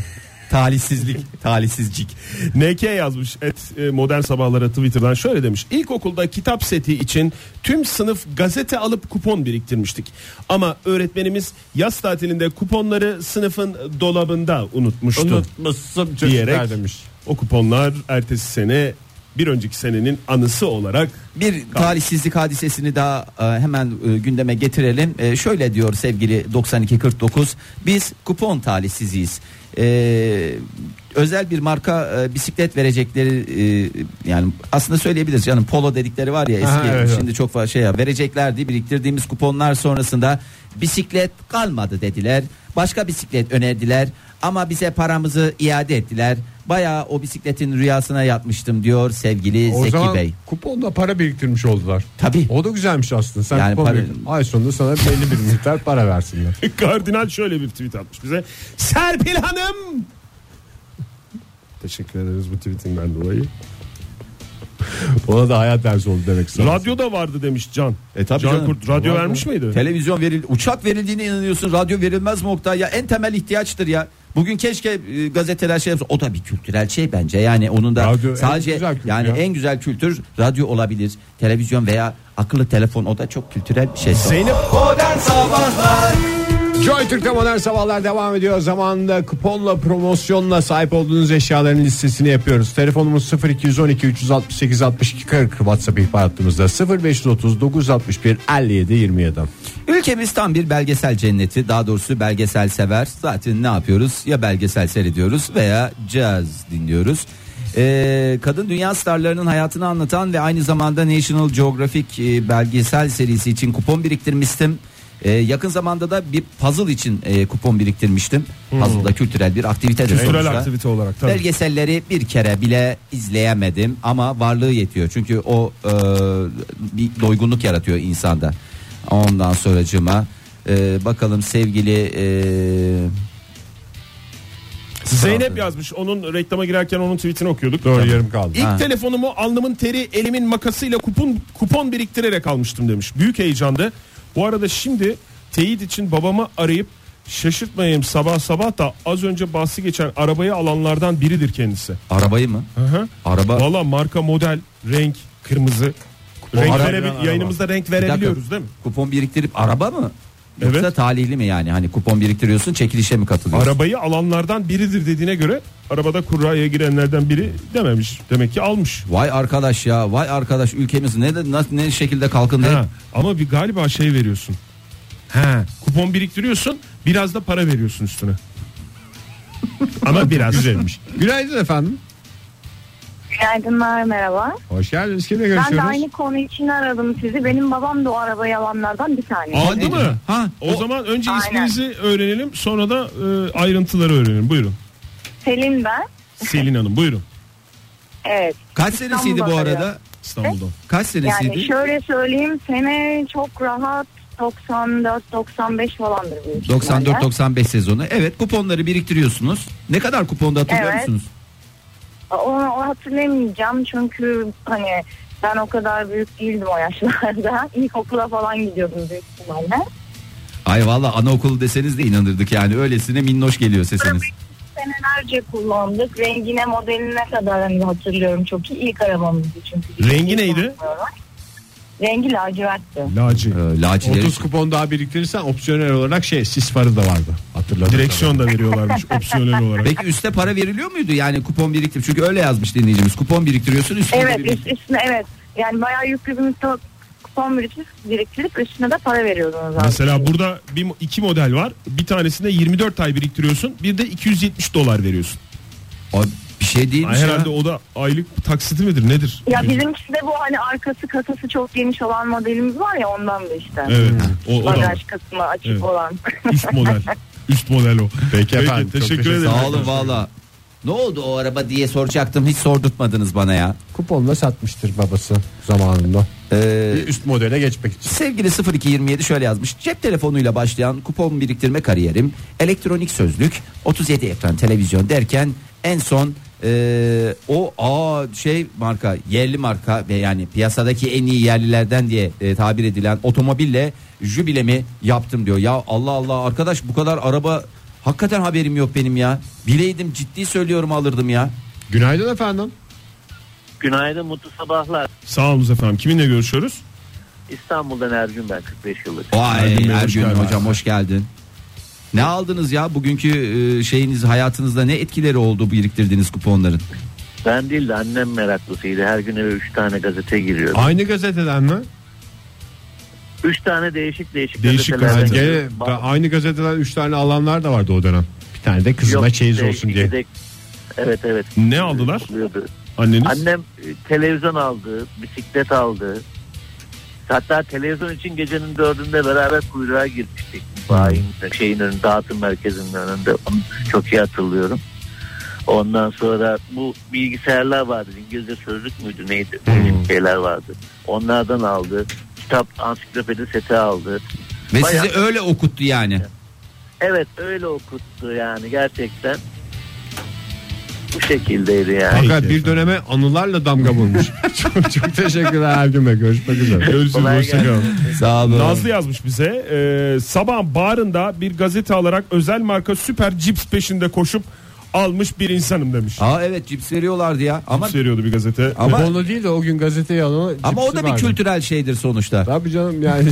O: Talihsizlik, talihsizcik.
C: NK yazmış et e, modern sabahlara Twitter'dan şöyle demiş. İlkokulda kitap seti için tüm sınıf gazete alıp kupon biriktirmiştik. Ama öğretmenimiz yaz tatilinde kuponları sınıfın dolabında unutmuştu.
B: Unutmuşsun
C: Diyerek-
B: çocuklar demiş.
C: O kuponlar ertesi sene bir önceki senenin anısı olarak
D: Bir talihsizlik hadisesini daha e, hemen e, gündeme getirelim. E, Şöyle diyor sevgili 9249. Biz kupon talihsiziyiz. E, özel bir marka e, bisiklet verecekleri e, yani aslında söyleyebiliriz canım polo dedikleri var ya eski
B: Ha, evet,
D: şimdi çok fazla şey ya vereceklerdi biriktirdiğimiz kuponlar sonrasında bisiklet kalmadı dediler. Başka bisiklet önerdiler ama bize paramızı iade ettiler. Bayağı o bisikletin rüyasına yatmıştım diyor sevgili
B: O
D: Zeki
B: zaman
D: Bey.
B: kuponla para biriktirmiş oldular.
D: Tabii.
B: O da güzelmiş aslında. Sen
D: Yani
B: kupon
D: para-
B: biriktir- Ay sonunda sana belli bir miktar para versinler.
C: kardinal şöyle bir tweet atmış bize. Serpil Hanım! Teşekkür ederiz bu tweetinden dolayı.
B: Ona da hayat dersi oldu demek ki sana.
C: Radyoda vardı demiş Can.
D: E tabii
C: Can
D: canım.
C: Kurt radyo
D: Radyo.
C: vermiş miydi?
D: Televizyon veril, uçak verildiğine inanıyorsun. Radyo verilmez mi Oktay? Ya en temel ihtiyaçtır ya. Bugün keşke e, gazeteler şey yapsa. O da bir kültürel şey bence. Yani onun da
B: Radyo en
D: sadece
B: güzel kültür
D: yani
B: ya.
D: en güzel kültür radyo olabilir. Televizyon veya akıllı telefon o da çok kültürel bir şey.
C: Zeynep
P: Modern Sabahlar
B: Joy Türk'te modern sabahlar devam ediyor. Zamanında kuponla promosyonla sahip olduğunuz eşyaların listesini yapıyoruz. Telefonumuz 0212 368 62 40 WhatsApp ihbar hattımızda 0530 961 57 27.
D: Ülkemiz tam bir belgesel cenneti. Daha doğrusu belgesel sever. Zaten ne yapıyoruz? Ya belgesel seyrediyoruz veya caz dinliyoruz. Ee, kadın dünya starlarının hayatını anlatan ve aynı zamanda National Geographic e, belgesel serisi için kupon biriktirmiştim. Ee, yakın zamanda da bir puzzle için e, kupon biriktirmiştim. Puzzle da kültürel bir aktivite.
C: Hmm. Kültürel aktivite olarak tabii.
D: Belgeselleri bir kere bile izleyemedim ama varlığı yetiyor. Çünkü o e, bir doygunluk yaratıyor insanda. Ondan sonracıma e, bakalım sevgili e,
C: Zeynep yazmış. Onun reklama girerken onun tweetini okuyorduk.
B: Doğru yarım kaldı.
C: İlk
D: Ha.
C: telefonumu alnımın teri elimin makasıyla kupon, kupon biriktirerek almıştım demiş. Büyük heyecandı. Bu arada şimdi teyit için babamı arayıp şaşırtmayayım sabah sabah da az önce bahsi geçen arabayı alanlardan biridir kendisi.
D: arabayı mı?
C: Hı-hı.
D: Araba.
C: Valla marka model renk kırmızı. Renk
B: araba-
C: verebil-
B: araba.
C: yayınımızda renk
D: Bir dakika.
C: verebiliyoruz değil mi?
D: Kupon biriktirip araba mı? Yoksa
C: Evet.
D: talihli mi yani? Hani kupon biriktiriyorsun, çekilişe mi katılıyorsun?
C: Arabayı alanlardan biridir dediğine göre arabada kurraya girenlerden biri dememiş. Demek ki almış.
D: Vay arkadaş ya, vay arkadaş ülkemiz ne de nasıl ne şekilde kalkındı.
C: Ha, ama bir galiba şey veriyorsun. Ha, kupon biriktiriyorsun, biraz da para veriyorsun üstüne. ama biraz güzelmiş.
B: Günaydın efendim.
L: Günaydınlar merhaba.
B: Hoş geldiniz. Kimle
L: Ben de
B: görüşüyoruz?
L: aynı konu için aradım sizi. Benim babam da o arabayı alanlardan bir tanesi.
C: Aldı mı?
D: Ha,
C: O, zaman önce
L: Aynen.
C: isminizi öğrenelim, sonra da e, ayrıntıları öğrenelim. Buyurun.
L: Selin ben.
C: Selin Hanım, buyurun.
L: Evet.
D: Kaç senesiydi bu
L: İstanbul'da
D: arada?
C: İstanbul'da.
D: Kaç senesiydi?
L: Yani şöyle söyleyeyim sene çok rahat 94-95 falandır. büyük ihtimalle.
D: 94-95 sezonu. Evet kuponları biriktiriyorsunuz. Ne kadar kuponda hatırlıyor
L: Evet.
D: musunuz?
L: Onu, onu hatırlamayacağım çünkü hani ben o kadar büyük değildim o yaşlarda. İlkokula falan gidiyordum büyük ihtimalle.
D: Ay valla anaokulu deseniz de inanırdık yani. Öylesine minnoş geliyor sesiniz.
L: Senelerce kullandık. Rengine modeline kadar hani hatırlıyorum çok iyi. İlk arabamızdı çünkü.
C: Rengi neydi?
L: Rengi lacivertti.
C: Laci.
D: Ee, lacileri.
B: 30 kupon daha biriktirirsen opsiyonel olarak şey sis farı da vardı. Hatırladım.
C: Direksiyon da veriyorlarmış opsiyonel olarak.
D: Peki üste para veriliyor muydu yani kupon biriktir? Çünkü öyle yazmış dinleyicimiz. Kupon biriktiriyorsun üstüne.
L: Evet
D: de bir-
L: üst- üstüne evet. Yani bayağı yüklü bir miktar
Q: kupon biriktirip, biriktirip üstüne de para veriyordunuz abi.
C: Mesela burada bir, iki model var. Bir tanesinde 24 ay biriktiriyorsun. Bir de 270 dolar veriyorsun.
D: Abi bir şey değilmiş
C: Herhalde
D: ya.
C: o da aylık taksiti midir nedir?
L: Ya bizimkisi de bu hani arkası kasası çok geniş olan modelimiz var ya ondan da işte.
C: Evet. O, o da var.
L: Bagaj kısmı açık
C: Evet.
L: olan.
C: Üst model. Üst model o. Peki
B: efendim, çok
C: Teşekkür
B: teşekkür
C: ederim.
D: Sağ olun valla. Ne oldu o araba diye soracaktım hiç sordurtmadınız bana ya.
B: Kuponla satmıştır babası zamanında.
D: Ee,
B: Üst modele geçmek için.
D: Sevgili 0227 şöyle yazmış. Cep telefonuyla başlayan kupon biriktirme kariyerim, elektronik sözlük, 37 ekran televizyon derken en son eee, o a şey marka, yerli marka ve yani piyasadaki en iyi yerlilerden diye e, tabir edilen otomobille jübilemi yaptım diyor. Ya Allah Allah arkadaş bu kadar araba hakikaten haberim yok benim ya. Bileydim ciddi söylüyorum alırdım ya.
B: Günaydın efendim.
R: Günaydın mutlu sabahlar.
C: Sağ olun efendim. Kiminle görüşüyoruz?
R: İstanbul'dan Ercün ben 45 yıllık.
D: Vay
C: Ergün Bey, hoş
D: Ergün
C: geldin.
D: hocam hoş geldin. Ne aldınız ya bugünkü e, şeyiniz hayatınızda ne etkileri oldu bu biriktirdiğiniz kuponların?
R: Ben değil de annem meraklısıydı. Her gün eve 3 tane gazete giriyordu.
B: Aynı gazeteden mi?
R: 3 tane değişik değişik,
B: Değişik
R: gazetelerden
B: gazete. Gene
R: giriyordu.
B: ben aynı gazeteden 3 tane alanlar da vardı o dönem. Bir tane de kızıma
R: Yok,
B: çeyiz
A: şey,
R: işte
B: olsun
R: iki
B: diye.
R: de- Evet evet.
C: Ne aldılar?
R: Oluyordu.
C: Anneniz?
R: Annem e, televizyon aldı, bisiklet aldı. Hatta televizyon için gecenin dördünde beraber kuyruğa girmiştik. Bayin, şeyin önünde, dağıtım merkezinin önünde. Onu çok iyi hatırlıyorum. Ondan sonra bu bilgisayarlar vardı. İngilizce sözlük müydü neydi? Öyle bir şeyler vardı. Onlardan aldı. Kitap, ansiklopedi seti aldı.
D: Ve
R: Bayağı-
D: sizi öyle okuttu yani.
R: Evet öyle okuttu yani gerçekten. Bu şekildeydi yani.
B: Fakat bir döneme anılarla damga vurmuş. çok, çok teşekkürler Ergün Bey. Görüşmek üzere.
C: Görüşürüz.
R: Kolay
C: hoşça kalın.
D: Sağ olun.
C: Nazlı yazmış bize. E, sabah barında bir gazete alarak özel marka süper cips peşinde koşup almış bir insanım demiş.
D: Aa evet cips veriyorlardı ya ama
C: Cips veriyordu bir gazete.
D: Ama-
B: Onu değil de o gün gazeteyi alanı
D: ama o da bir kültürel şeydir sonuçta.
B: Tabii canım yani.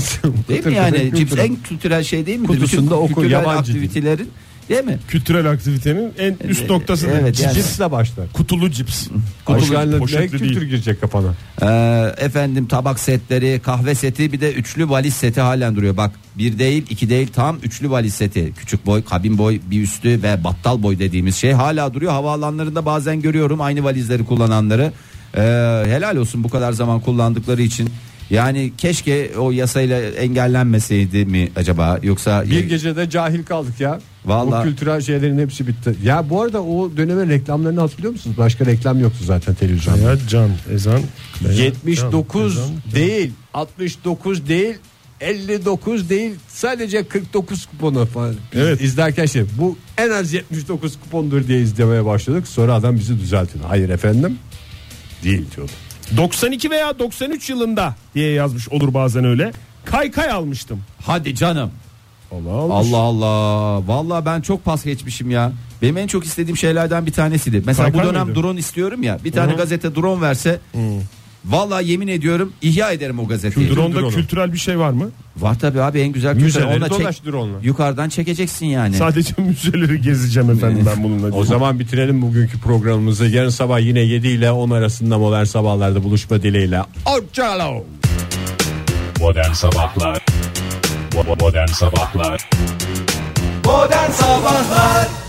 D: Değil mi yani cips en kültürel şey değil mi?
B: Kutusunda oku,
D: kültürel
B: yabancı dil.
D: aktivitelerin değil mi?
C: Kültürel aktivitenin en
B: E,
C: üst noktası.
D: evet, yani.
B: Cipsle başlar.
C: Kutulu cips.
B: Kutulu
C: Poşetli,
B: ne
C: poşetli
B: kültür
C: değil.
B: girecek kafana?
D: Ee, efendim tabak setleri, kahve seti bir de üçlü valiz seti halen duruyor. Bak bir değil iki değil tam üçlü valiz seti. Küçük boy, kabin boy, bir üstü ve battal boy dediğimiz şey hala duruyor. Havaalanlarında bazen görüyorum aynı valizleri kullananları. Ee, helal olsun bu kadar zaman kullandıkları için. Yani keşke o yasayla engellenmeseydi mi acaba yoksa
B: Bir gecede cahil kaldık ya.
D: Vallahi.
B: O kültürel şeylerin hepsi bitti. Ya bu arada o dönemin reklamlarını hatırlıyor musunuz? Başka reklam yoktu zaten televizyonda.
C: Ya can, ezan. dayan,
B: 79
C: can, ezan.
B: değil, 69 değil, 59 değil. Sadece 49 kuponu falan. Biz
C: Evet.
B: izlerken şey bu en az 79 kupondur diye izlemeye başladık. Sonra adam bizi düzeltti. Hayır efendim. Değil diyordu.
C: 92 veya 93 yılında diye yazmış olur bazen öyle. Kaykay almıştım.
D: Hadi canım. Allah Allah. Vallahi ben çok pas geçmişim ya. Benim en çok istediğim şeylerden bir tanesiydi. Mesela
C: Kaykay
D: bu dönem
C: mıydı?
D: drone istiyorum ya. Bir tane gazete drone verse Vallahi yemin ediyorum ihya ederim o gazeteyi.
C: Drone'da kültürel bir şey var mı?
D: Var tabi abi en güzel kültür.
B: Müzeleri
D: Ona çek,
B: dolaş drone'la.
D: yukarıdan çekeceksin yani.
C: Sadece müzeleri gezeceğim efendim ben bununla.
B: O zaman bitirelim bugünkü programımızı. Yarın sabah yine 7 ile 10 arasında modern sabahlarda buluşma dileğiyle. Hoşçakalın.
S: Modern Sabahlar Bo- Modern Sabahlar
T: Modern Sabahlar